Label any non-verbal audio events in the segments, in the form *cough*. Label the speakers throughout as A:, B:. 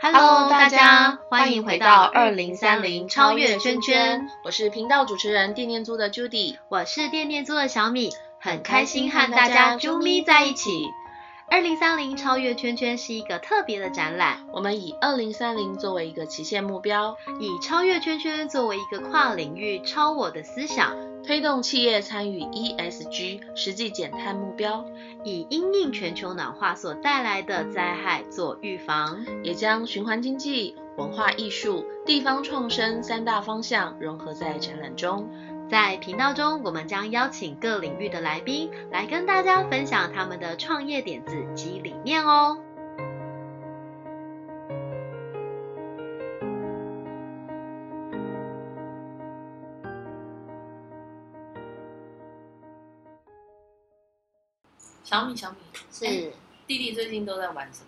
A: Hello，大家欢迎回到二零三零超越圈圈，，
B: 我是频道主持人电念猪的 Judy。
A: 我是电电猪的小米，很开心和大家啾咪在一起。二零三零超越圈圈是一个特别的展览，
B: 我们以二零三零作为一个期限目标，
A: 以超越圈圈作为一个跨领域超我的思想，
B: 推动企业参与 ESG 实际减碳目标，
A: 以因应全球暖化所带来的灾害做预防。
B: 也将循环经济、文化艺术、地方创生三大方向融合在展览中。
A: 在频道中，我们将邀请各领域的来宾来跟大家分享他们的创业点子及理念哦。
C: 小米，小米，
D: 是，
C: 哎
D: 哎、
C: 弟弟最近都在玩什么？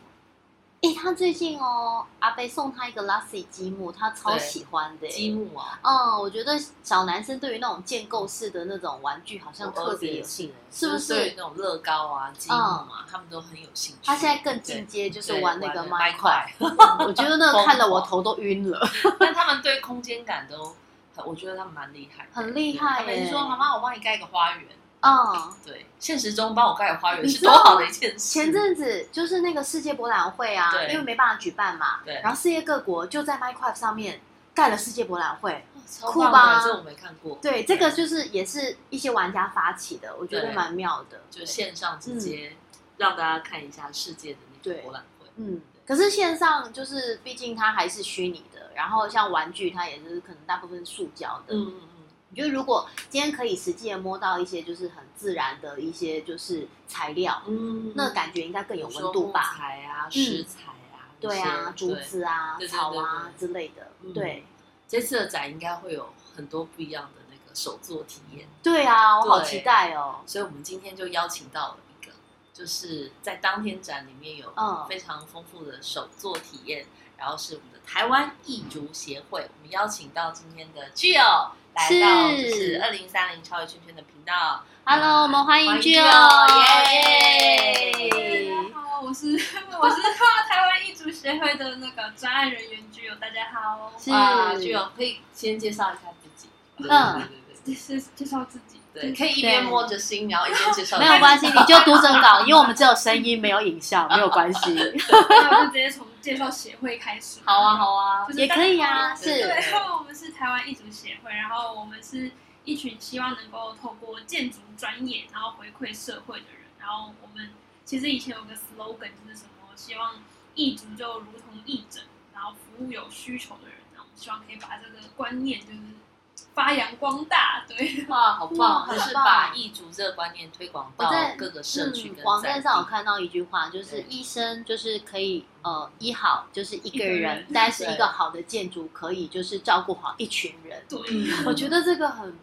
D: 他最近哦，阿贝送他一个 Lassi 积木，他超喜欢的耶。
C: 积木啊，
D: 嗯，我觉得小男生对于那种建构式的那种玩具好像
C: 我儿
D: 特
C: 子
D: 别
C: 也
D: 有
C: 是
D: 兴趣。，
C: 就是
D: 不是
C: 对于那种乐高啊、积木
B: 嗯
C: 啊，他们都很有兴趣。
D: 他现在更进阶，就是
C: 对
D: 玩那个
C: 麦
D: Minecraft，
C: 块，
D: *laughs* 我觉得那个看得我头都晕
C: *laughs*
D: 了。
C: 但他们对空间感都很，我觉得他们蛮厉害的，
D: 很厉害
C: 对他们
D: 耶
C: 就说：“妈妈，我帮你盖一个花园。”
D: 嗯，
C: 对，现实中帮我盖个花园
D: 你
C: 是
D: 知
C: 多
D: 道
C: 好的一件事。
D: 前阵子就是那个世界博览会啊，
C: 对
D: 因为没办法举办嘛，
C: 对
D: 然后世界各国就在 Minecraft 上面盖了世界博览会。
C: 哦超
D: 酷
C: 棒
D: 吧
C: 的，这我没看过。
D: 对，这个就是也是一些玩家发起的，我觉得
C: 对
D: 蛮妙的。
C: 就线上直接让大家看一下世界的那个博览会。
D: 嗯，可是线上就是，毕竟它还是虚拟的，然后像玩具，它也是可能大部分是塑胶的。
C: 嗯嗯嗯，
D: 你觉得如果今天可以实际的摸到一些就是很自然的一些就是材料，
C: 嗯，
D: 那感觉应该更有
C: 有
D: 温度吧？嗯
C: 材啊，食材啊，这
D: 对啊，
C: 些
D: 竹。子啊、
C: 对对对
D: 草啊
C: 对
D: 之类的，
C: 嗯
D: 对
C: 这次的展应该会有很多不一样的那个手作体验，
D: 对啊，我好
C: 对
D: 期待哦。
C: 所以我们今天就邀请到了一个，就是在当天展里面有
D: 嗯
C: 非常丰富的手作体验，然后是我们的台湾义竹协会，我们邀请到今天的 Gio 来到
D: 是
C: 就是二零三零超越圈圈的频道，
D: Hello，我们欢迎
C: 欢迎
D: Jill，
C: Jill，耶
D: 耶！
E: 好，我
C: *laughs*
E: 是我是台湾艺术协会的那个专案人员居友，大家好，
D: 是
C: 哇，Gio 可以先介绍一下自己，对
D: 嗯
C: 对对对
E: 这是介绍自己，
C: *laughs* 对，可以一边
D: 对
C: 摸着心，然后一边介绍自
D: 没
C: 己，
D: 有关系，你就读整
C: *laughs*
D: 稿，因为我们只有声音没有影像，没有关系，
E: 那我就直接从介绍协会开始。
C: 好啊，好啊
E: 就，是
D: 也
E: 大
D: 可以啊，
C: 对
D: 是
E: 对，然后我们是台湾艺术协会，然后我们是一群希望能够透过建筑专业，然后回馈社会的人。然后我们其实以前有个 slogan 就是什么，希望艺足就如同义诊，然后服务有需求的人。然后我们希望可以把这个观念就是发扬光大，对。
C: 哇，好
D: 哇
C: 棒！就是
D: 很棒
C: 把易足这个观念推广到
D: 我在
C: 各个社区跟在地、
D: 嗯、网站上有看到一句话，就是
C: 对
D: 医生就是可以呃医好就是一个
E: 一个
D: 人
E: 人，
D: 但是一个好的建筑可以就是照顾好一群人。
E: 对，
C: 嗯，
D: 我觉得这个很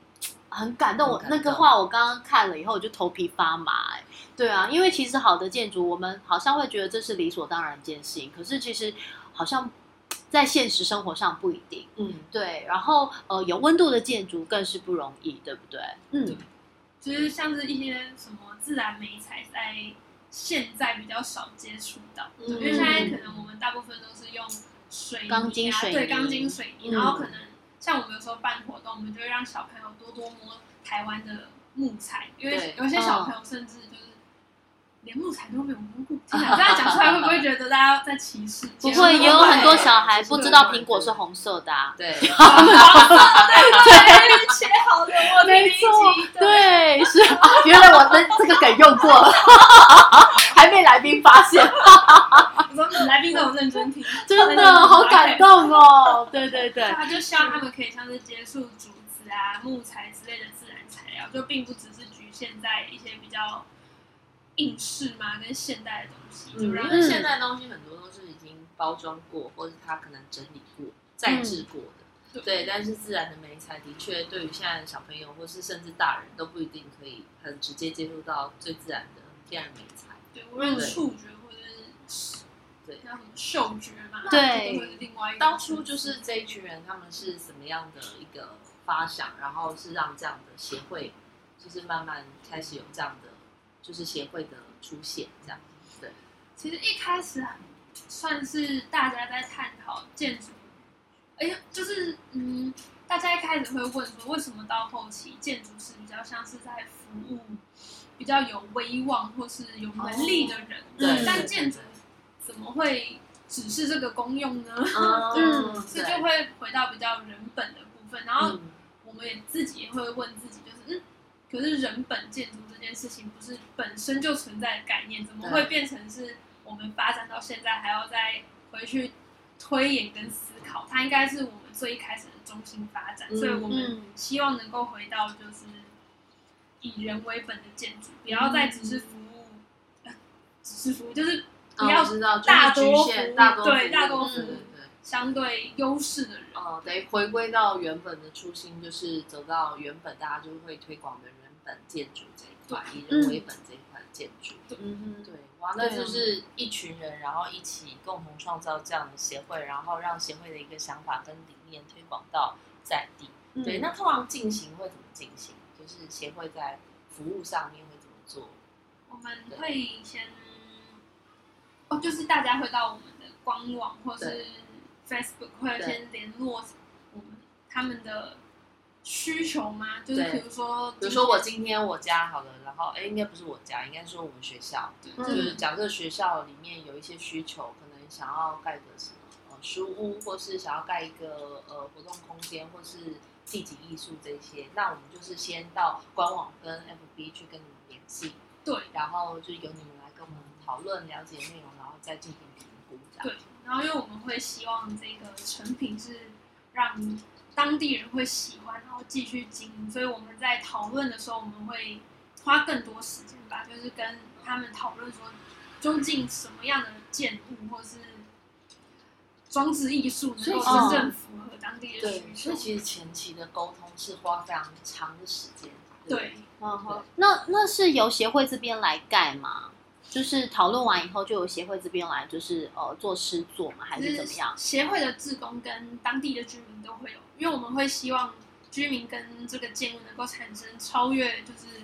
D: 很感动，
C: 很
D: 我
C: 感
D: 那
C: 动
D: 个话我刚刚看了以后，我就头皮发麻、哎，对啊，因为其实好的建筑，我们好像会觉得这是理所当然一件事情，可是其实好像在现实生活上不一定。
C: 嗯，
D: 对，然后呃，有温度的建筑更是不容易，对不对？嗯，
E: 就是像是一些什么自然美材，在现在比较少接触到，
C: 嗯
E: 因为现在可能我们大部分都是用水泥、啊，
D: 钢筋水泥
E: 对钢筋水泥，
D: 嗯
E: 然后可能像我们有时候办活动，我们就会让小朋友多多摸台湾的木材，因为
C: 对
E: 有些小
D: 嗯
E: 朋友甚至就是连木材都没有摸过，天哪这样讲出来会不会觉得大家在歧视？
D: *laughs* 不
C: 其实
D: 会，也有很多小孩
C: 其实不
D: 不
C: 会
D: 知道苹果是红色的啊。
C: 对，
E: 对，切好的，我
D: 没
E: 没
D: 错，对，是啊， *laughs* 原来我这这个梗用过 *laughs* 了，还被来宾发现，
E: 我说来宾都有认真听，
D: *laughs* 真的 *laughs* 好感动 *laughs* 哦。对对对，
E: 啊他就希望他们可以像是接触竹子啊、木材之类的自然材料，就并不只是局限在一些比较应试嘛跟现代的东西，
C: 嗯
E: 就让
C: 因为现在的东西很多都是已经包装过，或者它可能整理过、再制过的。
E: 嗯
C: 对，但是自然的美材的确对于现在的小朋友，或是甚至大人都不一定可以很直接接触到最自然的天然美材。
E: 对无论触觉或者是
C: 对
E: 叫什么嗅觉嘛，
D: 对
E: 这都是另外一个
C: 当初就是这一群人，他们是怎么样的一个发想，然后是让这样的协会，就是慢慢开始有这样的，就是协会的出现，这样。
E: 其实一开始很算是大家在探讨建筑，哎、就是嗯，大家一开始会问说，为什么到后期建筑师比较像是在服务比较有威望或是有能力的人，
C: 哦对
E: 但建筑怎么会只是这个功用呢？
C: 嗯，
E: 所以就会回到比较人本的部分，然后
C: 嗯
E: 我们也自己也会问自己，就是嗯，可是人本建筑这件事情不是本身就存在的概念，怎么会变成是我们发展到现在还要再回去推演跟思考？它应该是我们最一开始的中心发展，
C: 嗯
E: 所以我们希望能够回到就是以人为本的建筑，不要
C: 嗯
E: 再只是服务，呃只是服务就是
C: 哦
E: 不要
C: 我知道，就是
E: 大多
C: 局限，
E: 服
C: 大多
E: 对
C: 服
E: 大多
C: 嗯
E: 服
C: 对对对
E: 相对优势的人。
C: 哦，得回归到原本的初心，就是走到原本大家就会推广的原本建筑这一块，以人为本这一块建筑。
D: 嗯
C: 对，哇，那就是一群人，然后一起共同创造这样的协会，然后让协会的一个想法跟理念推广到在地。
D: 哼，
C: 对，那通常进行会怎么进行？就是协会在服务上面会怎么做？
E: 我们会先，哦，就是大家会到我们的官网或是
C: 对
E: Facebook 会
C: 对
E: 先联络我们他们的需求吗？就是
C: 对
E: 比如说，
C: 比如说我今天我家好了，然后哎，应该不是我家，应该说我们学校，
D: 嗯
E: 对
C: 就
E: 就是
C: 是假设学校里面有一些需求，可能想要盖个什么呃书屋，或是想要盖一个呃活动空间，或是地景艺术这些，那我们就是先到官网跟 FB 去跟你们联系，
E: 对
C: 然后就由你们来跟我们讨论了解内容，然后再进行评估这样。
E: 对，然后因为我们会希望这个成品是让当地人会喜欢，然后继续经营，所以我们在讨论的时候，我们会花更多时间吧，就是跟他们讨论说，究竟什么样的建筑或是装置艺术能
C: 所以
E: 够
D: 实
C: 其
E: 真正符合当地的需
C: 哦对，所
E: 求
C: 以。其实前期的沟通是花非常长的时间。
E: 对，
D: 嗯哼，那那是由协会这边来盖吗？就是讨论完以后，就由协会这边来，就是呃做诗作嘛，还是怎 *laughs* 么样？
E: 协会的志工跟当地的居民都会有，因为我们会希望居民跟这个建物能够产生超越，就是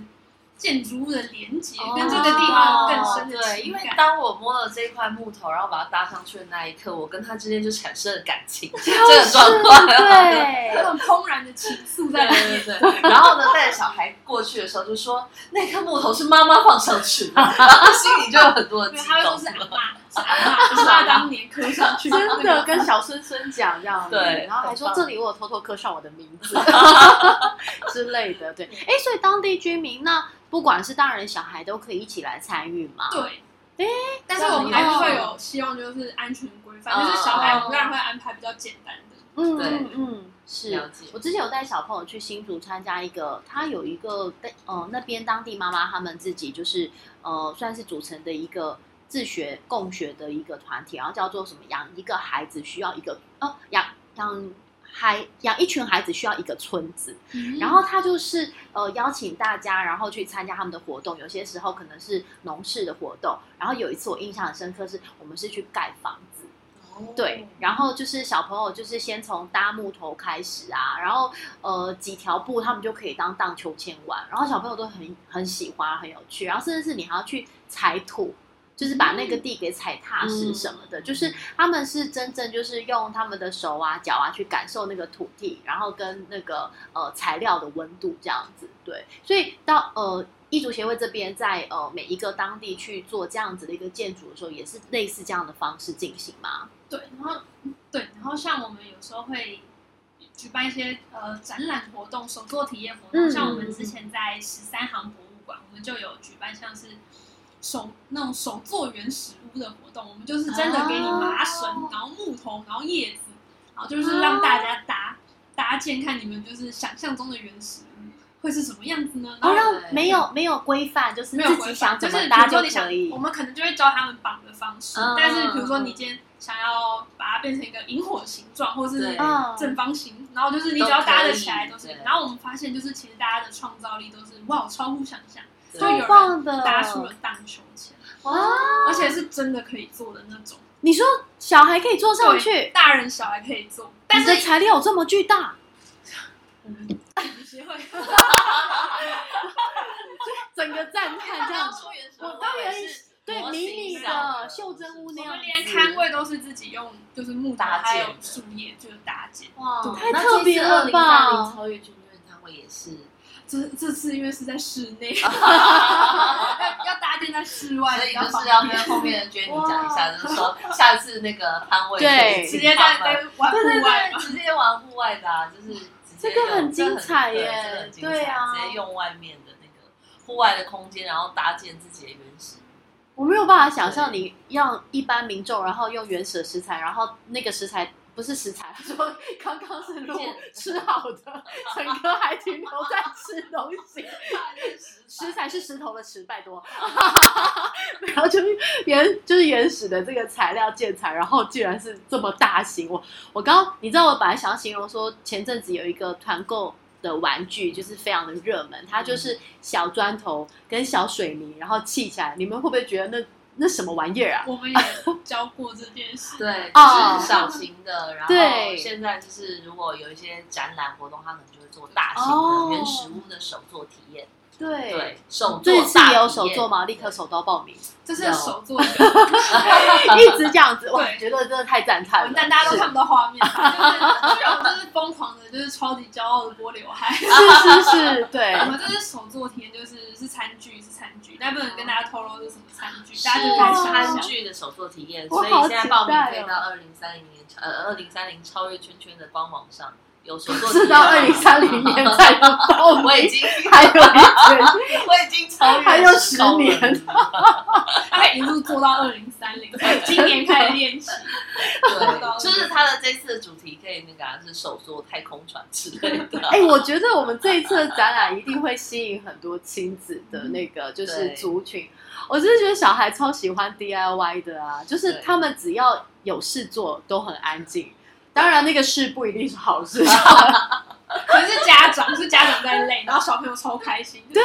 E: 建筑物的连接，
D: 哦
E: 跟这个地方有更深的
C: 对，因
E: 情
C: 为
E: 感。
C: 当我摸了这一块木头，然后把它搭上去的那一刻，我跟它之间就产生了感情，
E: 哦
C: 这个状况。
E: 有
D: 对，
E: 种怦然的情愫在里面。
C: 对对对，然后呢，带着小孩过去的时候就说那颗木头是妈妈放上去的，然后心里就有很多的
E: 因
C: 激
E: 为他会说
C: 动
E: 是。阿妈，是阿妈，
D: *laughs*
E: 是他当年刻上去
C: *laughs*
D: 真的跟小孙孙讲这样子，
C: 对
D: 然后还说
C: 很棒
D: 这里我有偷偷刻上我的名字 *laughs* 之类的，
C: *laughs*
D: 对，哎，所以当地居民那不管是大人小孩都可以一起来参与嘛，
E: 对。
D: 诶
E: 但是我们还是会有希望，就是安全规
D: 哦
E: 范，就是小孩我们当然会安排比较简单的。
D: 嗯
C: 对
D: 嗯嗯，是
C: 了解
D: 我之前有带小朋友去新竹参加一个，他有一个呃那边当地妈妈他们自己就是呃算是组成的一个自学共学的一个团体，然后叫做什么养一个孩子需要一个哦养养孩养一群孩子需要一个村子，
E: 嗯
D: 然后他就是呃邀请大家，然后去参加他们的活动，有些时候可能是农事的活动，然后有一次我印象很深刻是我们是去盖房子。
E: 哦
D: 对，然后就是小朋友就是先从搭木头开始啊，然后呃几条布他们就可以当荡秋千玩，然后小朋友都很很喜欢，很有趣，然后甚至是你还要去踩土。就是把那个地给踩踏实什么的，
C: 嗯
D: 就是他们是真正就是用他们的手啊、脚啊去感受那个土地，然后跟那个呃材料的温度这样子。对，所以到呃艺术协会这边在呃每一个当地去做这样子的一个建筑的时候，也是类似这样的方式进行吗？
E: 对，然后对，然后像我们有时候会举办一些呃展览活动、手作体验活动，
D: 嗯
E: 像我们之前在十三行博物馆，我们就有举办像是手那种手作原始屋的活动，我们就是真的给你麻绳，
D: 哦
E: 然后木头，然后叶子，然后就是让大
D: 啊
E: 家搭、搭建，看你们就是想象中的原始屋会是什么样子呢？然
D: 哦，
E: 后
D: 让没有没有规范，就是
E: 啊没有
D: 自
E: 规
D: 己
E: 范，
D: 想
E: 就
D: 怎
E: 是
D: 么
E: 比如
D: 搭
E: 说你想
D: 可以
E: 我。们可能就会教他们绑的方式，
C: 嗯
E: 但是比如说你今天想要把它变成一个萤火形状，或是
C: 对
D: 嗯，
E: 正方形，然后就是你只要搭得起来都
C: 都
E: 是
C: 可以。对
E: 然后我们发现就是其实大家的创造力都是哇超乎想象，
C: 对
E: 就有
D: 超
E: 人
D: 棒的！
E: 搭出了荡秋千，
D: 哇，
E: 而且是真的可以做的那种，
D: 你说小孩可以坐上去，
E: 大人小孩可以做，但
D: 你的
E: 是
D: 材料有这么巨大， *laughs*
E: 协会
D: 整个赞叹这样子。
C: 说原始
D: *laughs* 我刚原始，对
C: 模
D: 迷
C: 型
D: 你
C: 上
D: 的袖珍屋那
E: 我
D: 样
E: 们
D: 子，
E: 连摊位都是自己用，就是木头
C: 搭
E: 还
C: 建的
E: 有树叶，就是搭建。
D: 哇
C: 对
D: 太
C: 那
D: 特
C: 这
D: 别
C: 次
D: 了
C: 2030
D: 吧！
C: 超越军队摊位也是，
E: 这这次因为是在室
C: *laughs*
E: 内，要要搭建在室外，
C: 所以
E: 比
C: 就
E: 较方
C: 是
E: 便
C: 要
E: *laughs*
C: 跟后面的娟你讲一下，就是说下次那个摊位
D: 对
C: 就
E: 直
C: 是
E: 接在
C: 他们
E: 在玩
C: 对对
E: 户外
C: 对，。
E: 嘛
C: 直接玩户外的、啊，就是直接
D: 这个
C: 用
D: 很精彩耶
C: 这很对这个很精彩
D: 对啊
C: 直接用外面的那个户外的空间，然后搭建自己的原始。
D: 我没有办法想象你让一般民众，然后用原始的食材，然后那个食材不是食材，他说刚刚是路
C: 见
D: 吃好的，整个还停留在吃东西，食材是石头的石，拜托。然后就是原就是原始的这个材料建材，然后居然是这么大型。我我刚你知道我本来想要形容说，前阵子有一个团购的玩具，就是非常的热门，它就是小砖头跟小水泥，然后砌起来。你们会不会觉得那那什么玩意儿啊？
E: 我们也教过这件事，
C: 对，
D: 哦
C: 就是小型的，然
D: 对
C: 后现在就是如果有一些展览活动，他们就会做大型
D: 哦
C: 的原始屋的手作体验，
D: 对
C: 对，手
D: 这
C: 作
D: 一次
C: 大
D: 也有
C: 体
D: 手
C: 验
D: 作嘛，立刻手刀报名，
E: 这是
C: 有
E: 手
C: *laughs*
E: 做的，
D: 一直这样子，哇，
E: 对
D: 觉得真的太赞叹了。
E: 但大家都
D: 是
E: 看不到
C: *laughs*
E: 画面，就是居然我们就是疯狂的，就是超级骄傲的拨
C: *laughs*
E: 刘海。
D: 是是是，对，
E: *laughs* 我们这是手做体验，就是是餐具是餐具，但不能跟大家透露是什么餐具，大家
C: 是哦
E: 就
D: 啊
E: 开
D: 是
E: 始
D: 啊
C: 餐
E: 想。
C: 具的手作体验，
D: 我
C: 所以
D: 好
C: 现在报
D: 期
C: 名
D: 待
C: 可以
D: 哦
C: 到二零三零年呃二零三零超越圈圈的官网上有手作体
D: 是 *laughs*
C: 验。
D: 到二零三零年才能报 *laughs* 名，
C: 我已经
D: 还有一圈。 *laughs*
C: 我已经超越
D: 还有十年
C: *laughs* 对，
E: 大概一路做到二零三零，今年开始练习。
C: *laughs* 就是他的这次的主题可以那个、啊、是手作太空船之类的。 *laughs*
D: 哎、我觉得我们这一次的展览一定会吸引很多亲子的那个就是
C: 对
D: 族群。我真的觉得小孩超喜欢 DIY 的啊，就是
C: 对
D: 他们只要有事做都很安静。当然，那个事不一定是好事。对，
E: 可是家长是家长在累，然后小朋友超开心。对，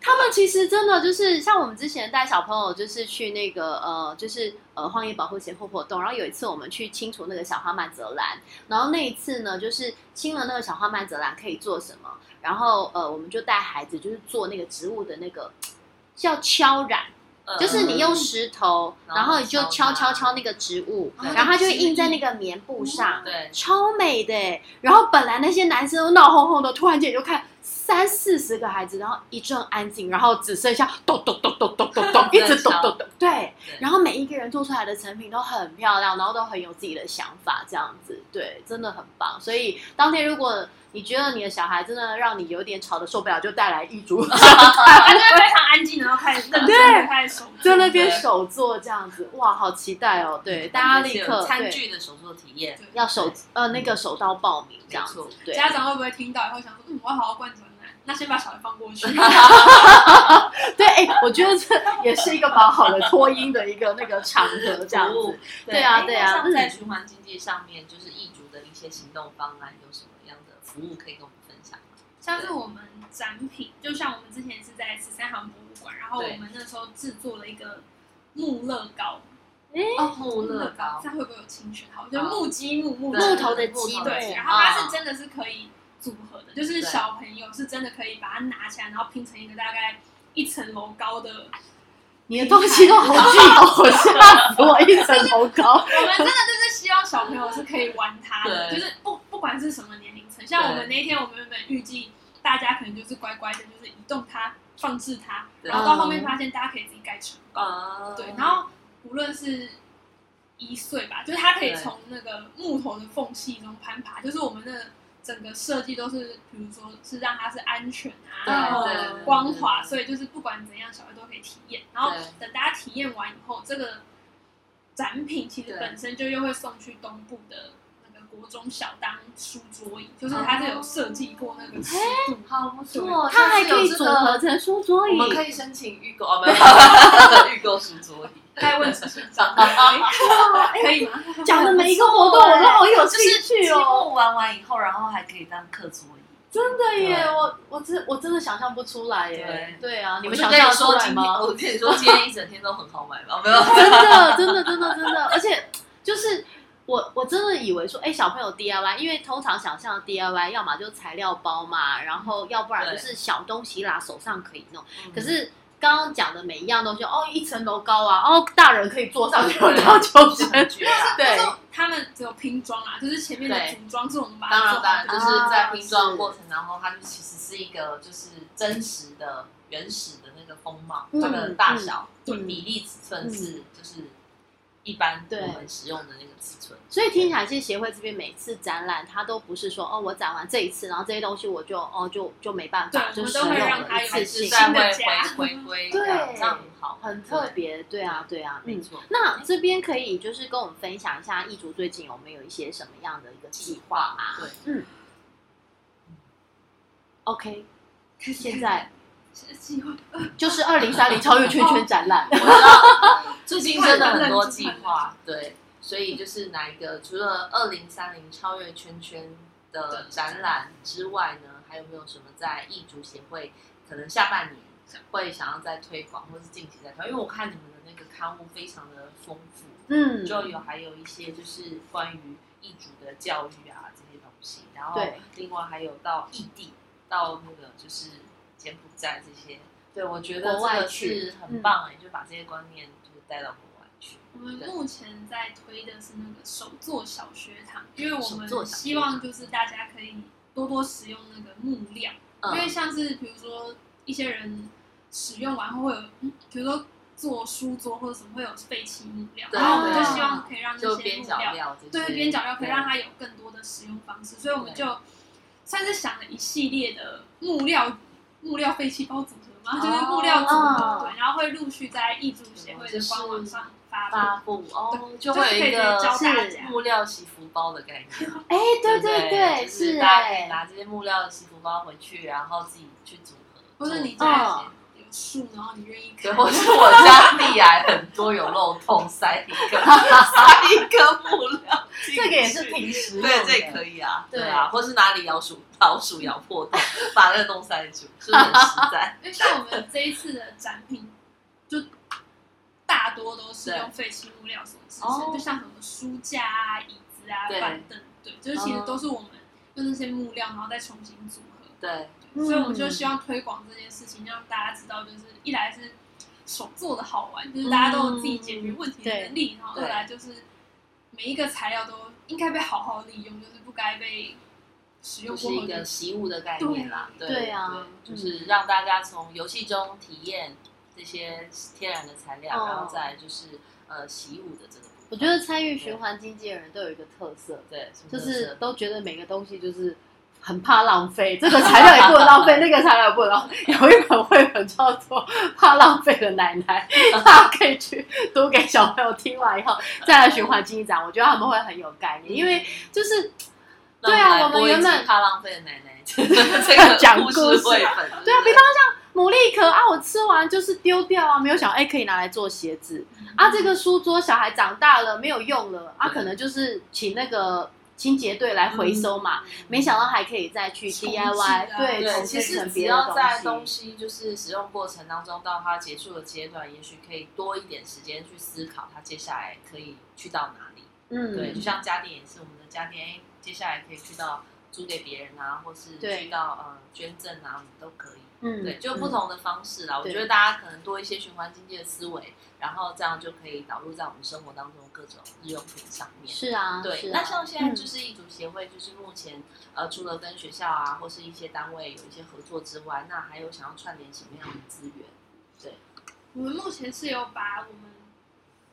D: 他们其实真的就是像我们之前带小朋友，就是去那个呃，就是呃荒野保护协会活动。然后有一次我们去清除那个小花曼泽兰，然后那一次呢，就是清了那个小花曼泽兰可以做什么？然后呃，我们就带孩子就是做那个植物的那个叫敲染，
C: 嗯
D: 就是你用石头，
C: 嗯
D: 然后你就敲
C: 然后
D: 敲
C: 敲它
D: 敲那个植物，
C: 对
D: 然后它就会印哦在那个棉布上，
C: 对
D: 超美的欸。然后本来那些男生都闹哄哄的，突然间你就看。三四十个孩子，然后一阵安静，然后只剩下咚咚咚咚咚咚 *laughs* 咚，一直咚咚咚，对。然后每一个人做出来的成品都很漂亮，然后都很有自己的想法，这样子，对，真的很棒。所以当天如果你觉得你的小孩真的让你有点吵的受不了，就带来一 *laughs* 株
E: 他就会非常安静，然后开始认真的开始手
D: 在
E: 做
D: 那边手做这样子，哇，好期待哦！
C: *laughs* 嗯
D: 对，大家立刻
C: 餐
D: 对
C: 具的手作体验，
D: 要手呃那个手刀报名这样
C: 没
D: 子
C: 错，
D: 对，
E: 家长会不会听到以后想说，嗯，我要好好灌转奶，那先把小孩放过去。
D: 对，哎、我觉得这也是一个蛮好的脱音的一个那个场合这样
C: 服务
D: 子，对啊
C: 因为
D: 对啊
C: 像在
D: 嗯
C: 循环经济上面，就是义族的一些行动方案有什么样的服务可以跟我们分享？
E: 像是我们展品，就像我们之前是在十三行博物馆，然后我们那时候制作了一个木乐高，
C: 哦，木乐高，嗯
E: 这样会不会有侵权？好，就木积木木
D: 木
E: 积
D: 头的
C: 木
D: 鸡
C: 头的
E: 对，
D: 对
E: 然后它
C: 啊
E: 是真的是可以组合的，就是小朋友是真的可以把它拿起来，然后拼成一个大概一层楼高的。
D: 你的东西都好巨头，吓死我，一层楼高，
E: 我们真的就是希望小朋友是可以玩它的，
C: 对
E: 就是不不管是什么年龄层，像我们那一天，我们原本预计大家可能就是乖乖的，就是移动它、放置它，
C: 对
E: 然后到后面发现大家可以自己盖成高。
C: 啊
E: 对，然后无论是一岁吧，就是它可以
C: 对
E: 从那个木头的缝隙中攀爬，就是我们的整个设计都是，比如说是让它是安全啊，
C: 对
E: 然后
C: 对对对
E: 光滑，
C: 对
E: 所以就是不管怎样，小孩都可以体验。然后
C: 对
E: 等大家体验完以后，这个展品其实
C: 对
E: 本身就又会送去东部的。那个国中小当书桌椅，就是它是有设计过
C: 嗯
E: 那个尺度，
C: 哎好不 *laughs*
E: 错
D: 它还可以组合成书桌
C: 我
D: 椅，
C: 们可以申请预购哦，没有 *laughs* 预购书 *laughs* 桌椅。
E: 该问是长
C: *laughs*
E: 辈
C: 哎
E: 可以吗？
D: 讲的每一个活动我都好有
C: 就
D: 兴
C: 是
D: 趣
C: 积
D: 哦，
C: 木玩完以后，然后还可以当课桌椅。
D: 真的耶，
C: 对
D: 我我真我真的想象不出来耶，对啊，你
C: 我
D: 们
C: 就
D: 想
C: 跟
D: 象
C: 你
D: 得出
C: 说
D: 来
C: 今天，
D: 吗？
C: 我跟你说今天一整天都很好买吧？没有，
D: 真的，真的，真的，真的，而且就是我我真的以为说，哎、小朋友 DIY，因为通常想象的
E: 嗯
D: DIY 要 *laughs*
E: 嗯
D: 么就材料包嘛，然后要不然就是小东西啦，手上可以弄。可是。刚刚讲的每一样东西，哦，一层楼高啊，哦，大人可以坐上去，然后
C: 嗯
D: 求生， *laughs* 对，
E: 他们只有拼装啦，就是前面的
C: 对
E: 组装是我们把它
C: 当然，
E: 做
C: 当
E: 好
C: 然，啊
E: 的。
C: 就是在拼装的过程，然后它就其实是一个就是真实的、原始的那个风貌，
D: 嗯
C: 这个大小、
D: 嗯嗯
C: 比例、尺寸是就是一般
D: 对
C: 我们使用的那个尺寸。
D: 所以听起来，其实协会这边每次展览，它都不是说哦，我展完这一次，然后这些东西我就哦就就没办
E: 对
D: 法，就
E: 我们
D: 使
E: 都
D: 用
E: 会
D: 了
E: 让它
D: 一
E: 有
D: 次
C: 是
D: 性，
C: 在会
E: 新的
C: 回
E: 家
C: 回归，
D: 对
C: 这样这样很好，
D: 很特别，对啊，对啊，
C: 对，没
D: 嗯。
C: 错。
D: 那这边可以就是跟我们分享一下，易竹最近有没有一些什么样的一个计划吗
C: 对，
D: ？OK，现在
E: 是计划
D: 就是二零三零超越圈圈展
C: *laughs*
D: 览，
C: 我知道
D: *laughs*
C: 最近真的很多计划，对，所以就是哪一个除了二零三零超越圈圈的展览之外呢，还有没有什么在艺足协会可能下半年会想要再推广，或是近期再推广？因为我看你们的那个刊物非常的丰富，
D: 嗯，
C: 就有还有一些就是关于艺足的教育啊这些东西，然后
D: 对
C: 另外还有到异地，到那个就是柬埔寨这些。对，我觉
D: 国
C: 得
D: 外
C: 这个
D: 去
C: 是很棒哎、就把这些观念就是带到国外去。
E: 我们目前在推的是那个手作小学堂，因为我
C: 手作小
E: 们
C: 学堂
E: 希望就是大家可以多多使用那个木料，因为
C: 嗯，
E: 像是比如说一些人使用完后会有，嗯比如说做书桌或者什么会有废弃木料，
C: 对
E: 然后我们就
D: 对
E: 希望可以让那
C: 就
E: 些
C: 边
E: 木
C: 角
E: 料
C: 料这些，
E: 对边角料可以让
C: 对
E: 它有更多的使用方式，所以我们
C: 对
E: 就算是想了一系列的木料木料废弃包组合嘛，就是木料组
D: 哦
C: 嗯
E: 合，对，然后会陆续在艺术协会的官网上发
C: 发
E: 布。
C: 布哦，就
E: 就是
C: 会有一个
E: 可以直接教大
C: 是
E: 家
C: 木料祈福包的概念，
D: 哎，对
C: 对不
D: 对，
C: 就是是大家可以
D: 哎，
C: 拿这些木料的祈福包回去，然后自己去组合，
E: 或者你
C: 做一些
D: 哦
E: 有树，然后你愿意
C: 嗯对，
E: 看，
C: 或是我家历来很多有漏洞，塞一个塞一个木料进去，
D: 这个也是挺实用的，
C: 对，这也可以啊，
D: 对
C: 对啊，或是哪里老鼠老鼠咬破洞，把那个洞塞住，是不是很实在？
E: 因为像我们这一次的展品，就大多都是用废弃物料所制
C: 哦
E: 成，就像什么书架啊、椅子啊、
C: 对
E: 板凳，对，就是其实
C: 嗯
E: 都是我们用那些木料，然后再重新组合。
C: 对，
D: 嗯
E: 所以我们就希望推广这件事情，让大家知道，就是一来是手做的好玩，就是大家都有自己解决问题的能力，然后
C: 嗯对
E: 二来就是每一个材料都应该被好好利用，就是不该被使
C: 就
E: 用
C: 是
E: 过
C: 一
E: 后
C: 个
E: 就
C: 习物的概念啦，对
D: 对啊
C: 就是让大家从游戏中体验这些天然的材料，
D: 哦
C: 然后再来就是呃习物的这个部分。
D: 我觉得参与循环经济的人都有一个特色，
C: 对，
D: 就是都觉得每个东西就是很怕浪费，这个材料也不能浪费，那个材料也不能浪费。有一本绘本叫做《怕浪费的奶奶》， *laughs* 大家可以去读给小朋友听完以后，再来循环经济展，我觉得他们会很有概念，因为就是对啊
C: 让
D: 我们原本
C: 来播一集怕浪费的奶奶 *laughs* 这个
D: 讲
C: 故
D: 故
C: 事
D: 事
C: 绘本，
D: 对啊，比方像牡蛎壳啊，我吃完就是丢掉啊，没有想哎、可以拿来做鞋子
E: 嗯
D: 啊。这个书桌小孩长大了没有用了啊，
C: 对
D: 可能就是请那个清洁队来回收嘛。没想到还可以再去
E: 重置
D: DIY，
E: 啊
D: 对，
C: 对，
D: 重
C: 其
D: 新
C: 实
D: 成
C: 只
D: 别
C: 要
D: 的
C: 在
D: 东
C: 东
D: 西。
C: 西就是使用过程当中到它结束的阶段，也许可以多一点时间去思考它接下来可以去到哪里。对，就
D: 嗯，
C: 像家电也是，我们的家电哎接下来可以去到租给别人啊，或是
D: 对
C: 去到呃捐赠啊，我们都可以。
D: 嗯
C: 对，就不。
D: 嗯
C: 同的方式啦。我
D: 对
C: 觉得大家可能多一些循环经济的思维，然后这样就可以导入在我们生活当中的各种日用品上面。
D: 是啊，
C: 对
D: 是，
C: 那
D: 啊
C: 像现在
D: 嗯
C: 就是一组协会，就是目前呃，除了跟学校啊或是一些单位有一些合作之外，那还有想要串联什么样的资源？
E: 我们目前是有把我们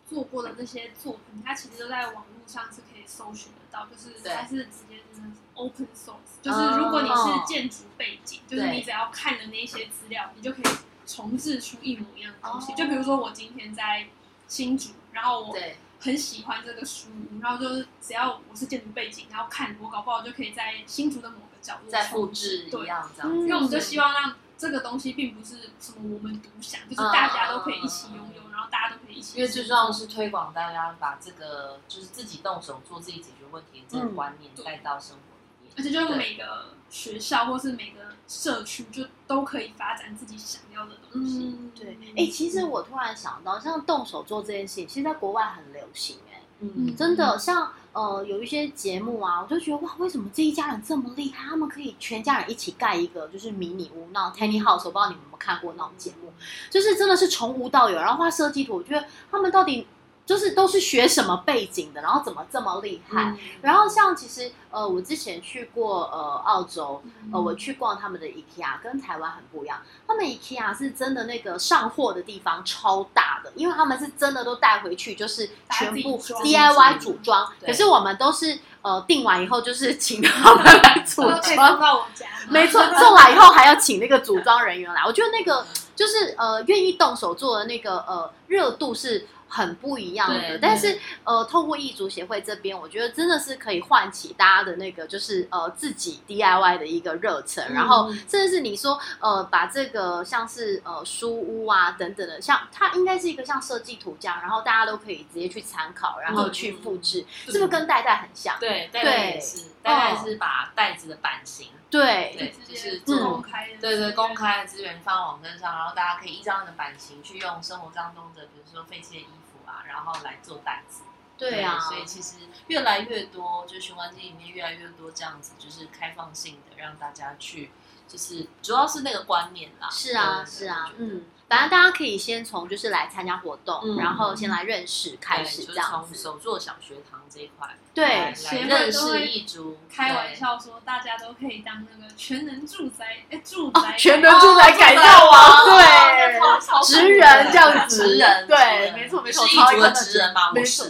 E: 做过的那些作品，它其实都在网络上是可以搜寻得到，就是
C: 对哦
E: 它是直接就是 open source，就是如果你是建筑背景，就是
C: 对
E: 你只要看了那些资料，你就可以重置出一模一样的东西。
C: 哦
E: 就比如说我今天在新竹，然
D: 哦
E: 后我
C: 对，
E: 很喜欢这个书屋，然后就是只要我是建筑背景，然后看我搞不好就可以在新竹的某个角落
C: 再复
E: 重
C: 制一
E: 对
C: 样这
D: 嗯
C: 样
E: 因
C: 子。
E: 为我们就希望让这个东西并不是什么我们独享，就是大家都可以一起拥有，然后大家都可以一起。
C: 嗯因为最重要的是推广大家把这个就是自己动手做、自己解决问题的这个观念
E: 嗯
C: 带到生活里面。
E: 而且就是每个学校或是每个社区就都可以发展自己想要的东西。
C: 嗯，
D: 对，哎、其实我突然想到，像动手做这件事情，其实在国外很流行、哎，
C: 嗯
D: 真的，像呃有一些节目啊，我就觉得哇，为什么这一家人这么厉害？他们可以全家人一起盖一个就是迷你屋那种 tiny house，我不知道你们有没有看过那种节目，
C: 嗯
D: 就是真的是从无到有，然后画设计图，我觉得他们到底就是都是学什么背景的，然后怎么这么厉害？
C: 嗯
D: 然后像其实呃，我之前去过呃澳洲，
E: 嗯
D: 呃，
C: 哦
D: 我去逛他们的 IKEA，跟台湾很不一样。他们 IKEA 是真的那个上货的地方超大的，因为他们是真的都带回去，就是全部
E: 自己装
D: DIY 组装。
C: 对
D: 可是我们都是呃订完以后就是请他
E: 哦
D: 们来组
E: 我可以
D: 装
E: 送，到我家吗，
D: 没错，送来以后还要请那个组装人员来。我觉得那个就是呃，愿意动手做的那个呃热度是很不一样的
C: 对。
D: 但是呃，透过义足协会这边，我觉得真的是可以唤起大家的那个就是呃自己 DIY 的一个热忱，
C: 嗯
D: 然后甚至是你说呃把这个像是呃书屋啊等等的，像它应该是一个像设计图这样，然后大家都可以直接去参考，然后去复制，是不是跟代代很像？
C: 嗯对，戴戴也是，戴戴是把袋子的版型，
D: 哦对
C: 对，
E: 直
C: 就
E: 接
C: 是
E: 公
C: 做。
E: 开的，
C: 对对，公开的资源放网站上，然后大家可以依照那个版型去用生活当中的，比如说废弃的衣服啊，然后来做袋子。
D: 对啊，
C: 所以其实越来越多，就是循环经济里面越来越多这样子，就是开放性的让大家去，就是主要是那个观念啦。
D: 是啊，
C: 对
D: 是啊，，
C: 对
D: 嗯，反正大家可以先从就是来参加活动，
C: 嗯
D: 然后先来认识开
C: 对，
D: 始
C: 就
D: 这
C: 是
D: 样
C: 从
D: 子。
C: 手作小学堂这一块，来
D: 对，
C: 来
E: 协会
C: 认
E: 都
C: 识
E: 会
C: 一族，
E: 开玩
C: 对
E: 笑说，大家都可以当那个全能住宅，哎，住
D: 哦
E: 宅，
D: 全能住宅改造
C: 啊
D: 王，对，职人这样子，
C: 职人，
D: 对，没错没错，
C: 是一
D: 超
C: 族
D: 爱看
C: 的职人吧？
D: 没
C: 我
D: 错
C: 是，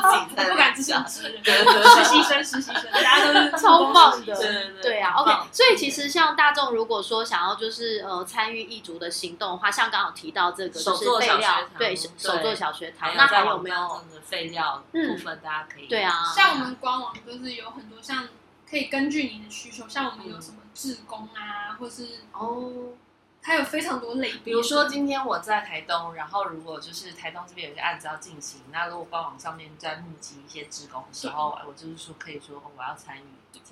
C: 就自己在
E: 不敢置信职人，
C: 对对对
E: 实习生，实习生，大家都是
D: 超棒
C: 对
D: 的。
C: 对
D: 对啊，OK，所以其实像大众如果说想要就是呃参与义族的行动的话，像刚好提到这个就
C: 手
D: 是
C: 作
D: 废
C: 小学
D: 料
C: 堂，
D: 对
C: 对
D: 手手作小学
C: 还
D: 堂，
C: 有
D: 那
C: 在
D: 还有
C: 网
D: 没
C: 站
D: 有？
C: 上的废料部分，大家可以
D: 对啊
E: 像我们官网就是有很多像可以根据你的需求，像我们有什么志工啊，或是
D: 哦，
E: 它有非常多类别，
C: 比如说今天我在台东，然后如果就是台东这边有些案子要进行，那如果官网上面在募集一些职工的时候，我就是说可以说哦我要参与。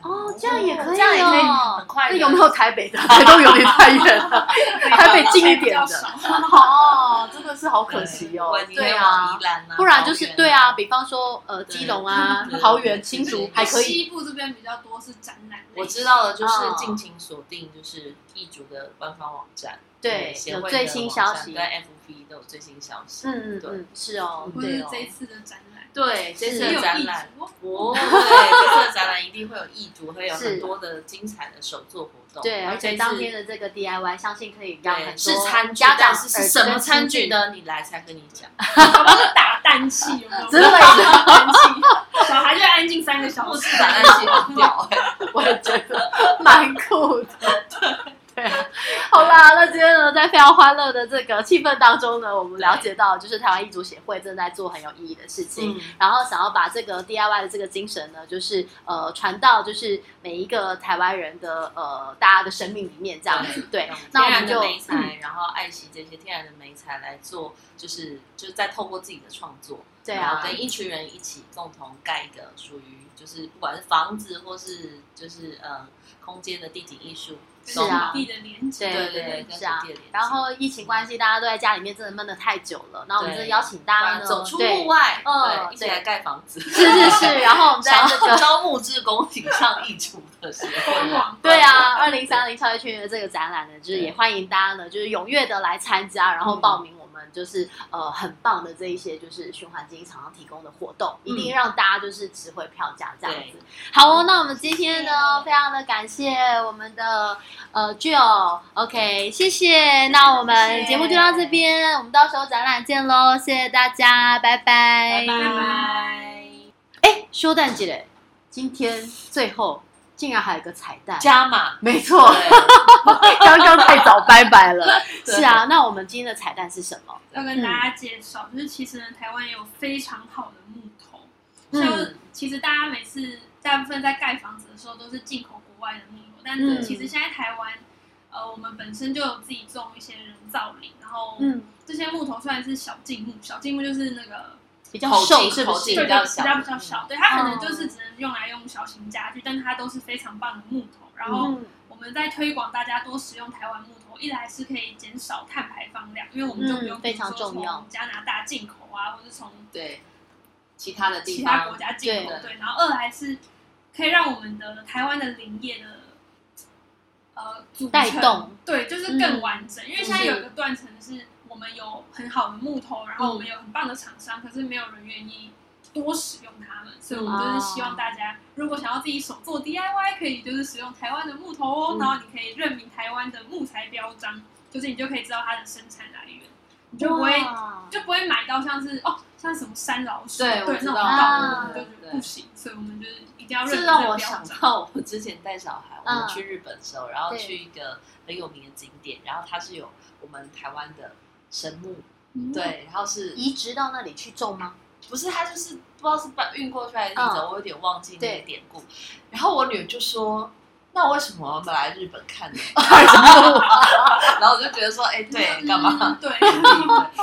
D: 哦，这样也可以
C: 这样也可以啊
D: 哦
C: 很。快
D: 那
C: 的。
D: 有没有台北
C: *laughs*
D: 的？台东有点太远了，台北近一
E: 比
D: 点
E: 较
D: 的。
E: 少。
D: 哦，真的是好可惜哦
C: 对。
D: 对啊，，不然就是对啊，，比方说呃，
C: 对
D: 基隆啊
C: 对、
D: *laughs* 桃园、新竹
C: 对
D: 还可以。
E: 西部这边比较多是展览类，
C: 我知道的就是
D: 哦
C: 敬请锁定就是易主的官方网站，
D: 对，
C: 协
D: 有
C: 会
D: 最
C: 的
D: 新
C: 网
D: 消
C: 站
D: 息。
C: 跟 FB 都有最新消息。
D: 嗯嗯
C: 对
D: 嗯，是哦，
E: 或
D: 对
E: 是
D: 哦。
E: 这一次的展览，
C: 对，这次
E: 也有
C: 的展
E: 一
C: 览，
D: *laughs*
E: 组
C: 哦，对，这次的展览一定会有易主，会有
D: 是
C: 很多的精彩的手作活动。
D: 对，而且
C: 这次
D: 当天的这个 DIY，相信可以让很
C: 对
D: 多
C: 是餐具，
D: 家长呃
C: 但是是什么餐具？ *laughs* 呢？你来才跟你
D: *laughs*
C: 讲。
E: 搞不好是打蛋器，有没有？
D: 真的
E: 打蛋器，小孩就安静三个小
C: 不
E: 时。
C: 是答案是很屌，
D: 我也觉得蛮酷的。对，啊好啦，那今天呢，在非常欢乐的这个气氛当中呢，我们了解到，就是台湾艺族协会正在做很有意义的事情，
C: *laughs* 嗯
D: 然后想要把这个 DIY 的这个精神呢，就是呃传到就是每一个台湾人的呃大家的生命里面这样子。对，那我
C: 天
D: 们
C: 然的
D: 就嗯
C: 美材，然后爱惜这些天然的美材来做，就是就是再透过自己的创作，
D: 对
C: 然后
D: 啊，
C: 跟一群人一起共同盖一个属于就是不管是房子或是就是呃空间的地景艺术，
D: 是啊
E: 跟土地的连接，
D: 对
C: 对
D: 对
C: 对，
D: 是啊
C: 跟土地的连接
D: 然后疫情关系，大家都在家里面真的闷得太久了，那我们
C: 对
D: 就邀请
C: 不
D: 大家
C: 然
D: 呢，
C: 走出
D: 对
C: 户外，
D: 嗯
C: 对，一起来盖房子，
D: 是是
C: *laughs*
D: 是，然后我们在这
C: 招
D: 个。
C: 招募志工，请上义厨的时
E: 官
C: 候，
E: 网
D: *laughs* 对啊，二零三零超越圈的这个展览呢，就是也欢迎大家呢，就是踊跃的来参加，然后报名我们就是呃很棒的这一些就是循环经济厂商提供的活动，一定让大家就是值回票价这样子。好哦，那我们今天呢，非常的感谢我们的呃 Jill，OK，谢谢。那我们节目就到这边，我们到时候展览见喽，谢谢大家，拜拜。
E: 拜
C: 拜。
D: 哎，修蛋姐，今天最后竟然还有一个彩蛋，
C: 加码，
D: 没错。
C: *laughs*
D: 刚刚太早拜拜了。
C: 对
D: 是啊，那我们今天的彩蛋是什么？
E: 要跟大家介绍，就是其实呢，台湾也有非常好的木头，
D: 嗯
E: 像其实大家每次大部分在盖房子的时候都是进口国外的木头，但
D: 嗯
E: 是其实现在台湾，呃，我们本身就有自己种一些人造林，然后
D: 嗯，
E: 这些木头虽然是小茎木，小茎木就是那个
D: *laughs* 比较
C: 口径
D: 瘦是不
C: 口
D: 是
C: 径
E: 对？
C: 比较
E: 对
C: 小
E: 比较小，对它可能就是
D: 哦
E: 只能用来用小型家具，但它都是非常棒的木头。然后
D: 嗯
E: 我们在推广大家多使用台湾木头，一来是可以减少碳排放量，因为我们就不用
D: 嗯非常重要
E: 比如说从加拿大进口啊，或者从
C: 对其他的
E: 其
C: 地
E: 他
C: 方
E: 国家进口
C: 对，
E: 对，然后二还是可以让我们的台湾的林业的呃组成
D: 带动，
E: 对，就是更完整，因为现在有一个断层是我们有很好的木头，然后我们有很棒的厂商，可是没有人愿意。多使用它们，所以我们就是希望大家，如果想要自己手做 DIY，可以就是使用台湾的木头哦，
D: 嗯
E: 然后你可以认明台湾的木材标章，就是你就可以知道它的生产来源，你就不会
D: 哇
E: 就不会买到像是哦，像什么山老鼠，
C: 对我
E: 那
C: 知
E: 种
C: 道
E: 道
D: 啊
E: 路，我就觉
C: 对
E: 得不行，所以我们就是一定要认
C: 这
E: 真
C: 让我
E: 标
C: 想
E: 准。
C: 到我之前带小孩，我
D: 嗯
C: 们去日本的时候，然后
D: 对
C: 去一个很有名的景点，然后它是有我们台湾的神木，
E: 嗯，
C: 对，然后是
D: 移植到那里去种
C: *laughs*
D: 吗？
C: 不是它就是不知道是搬运过去还是怎么，我有点忘记那
D: 对
C: 个典故。然后我女儿就说。那为什么我们来日本看呢？ *laughs* 然后我就觉得说，哎、对，干嘛？*laughs*
E: 嗯？对，
C: 对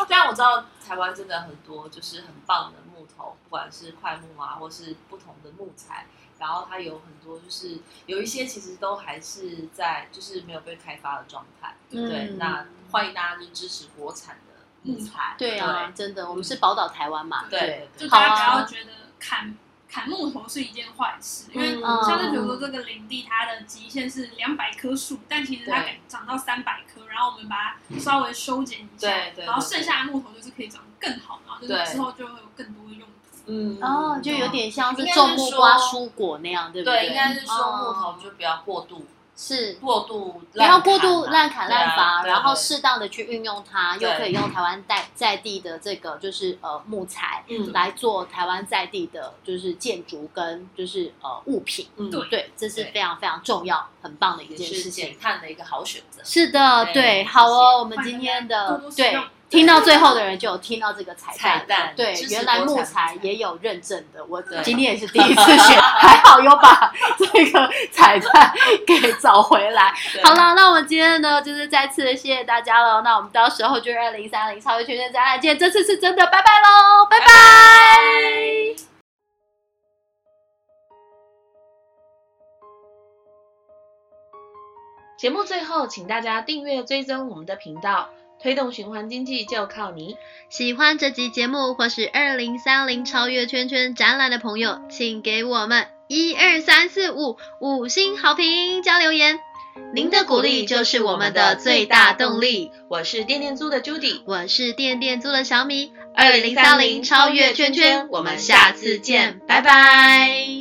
C: 但我知道台湾真的很多就是很棒的木头，不管是块木啊，或是不同的木材，然后它有很多就是有一些其实都还是在就是没有被开发的状态。对，
D: 嗯
C: 那欢迎大家就支持国产的木材。
D: 对啊，真的，我们是宝岛台湾嘛，
C: 对，对
E: 就
C: 对
E: 大
D: 好
E: 家不
D: 啊
E: 要觉得砍砍木头是一件坏事，因为
D: 嗯
E: 像是比如说这个林地，它的极限是两百棵树，但其实它
C: 对
E: 长到三百棵，然后我们把它稍微修剪一下
C: 对，对
E: 然后
C: 对
E: 剩下的木头就是可以长得更好，然后就是
C: 对
E: 之后就会有更多用途。
C: 嗯
D: 哦，就有
C: 嗯
D: 点像是
C: 应该是
D: 种木瓜、
C: 说
D: 蔬果那样，对不
C: 对，应该是说
D: 嗯
C: 木头就不要过度
D: 是
C: 过度
D: 不
C: 滥砍啊，
D: 要过度滥砍滥伐，
C: 对啊对啊
D: 然后
C: 对
D: 适当的去运用它，又
C: 对
D: 可以用台湾在在地的这个就是呃木材
C: 嗯
D: 来做台湾在地的，就是建筑跟就是呃物品，
C: 嗯
E: 对
D: 对，这是
C: 对
D: 非常非常重要、很棒的一
C: 也
D: 件
C: 是
D: 事情
C: 减。碳的一个好选择。
D: 是的，
C: 对
D: 对，
C: 谢谢
D: 好哦，我们
E: 欢迎
D: 今天
C: 呃
E: 大家
D: 的
E: 多多使
D: 对
E: 用，
D: 听到最后的人就有听到这个彩
C: 彩
D: 蛋。
C: 蛋，
D: 对
C: 支，持
D: 原来
C: 国
D: 木
C: 产
D: 材也有认证的，我
C: 对
D: 今天也是第一次
C: *laughs*
D: 学，还好有把这个彩蛋给找回来。
C: 对
D: 好了，那我们今天呢，就是再次的谢谢大家了。那我们到时候就是二零三零超越圈圈展览见，这次是真的，拜拜喽，拜拜。
B: 节目最后，请大家订阅追踪我们的频道，推动循环经济就靠你。
A: 喜欢这集节目或是二零三零超越圈圈展览的朋友，请给我们一二三四五五星好评加留言，您的鼓励就是我们的最大动力。
B: 我是电电租的 Judy，
A: 我是电电租的小米，二零三零超越圈圈，我们下次见，拜拜。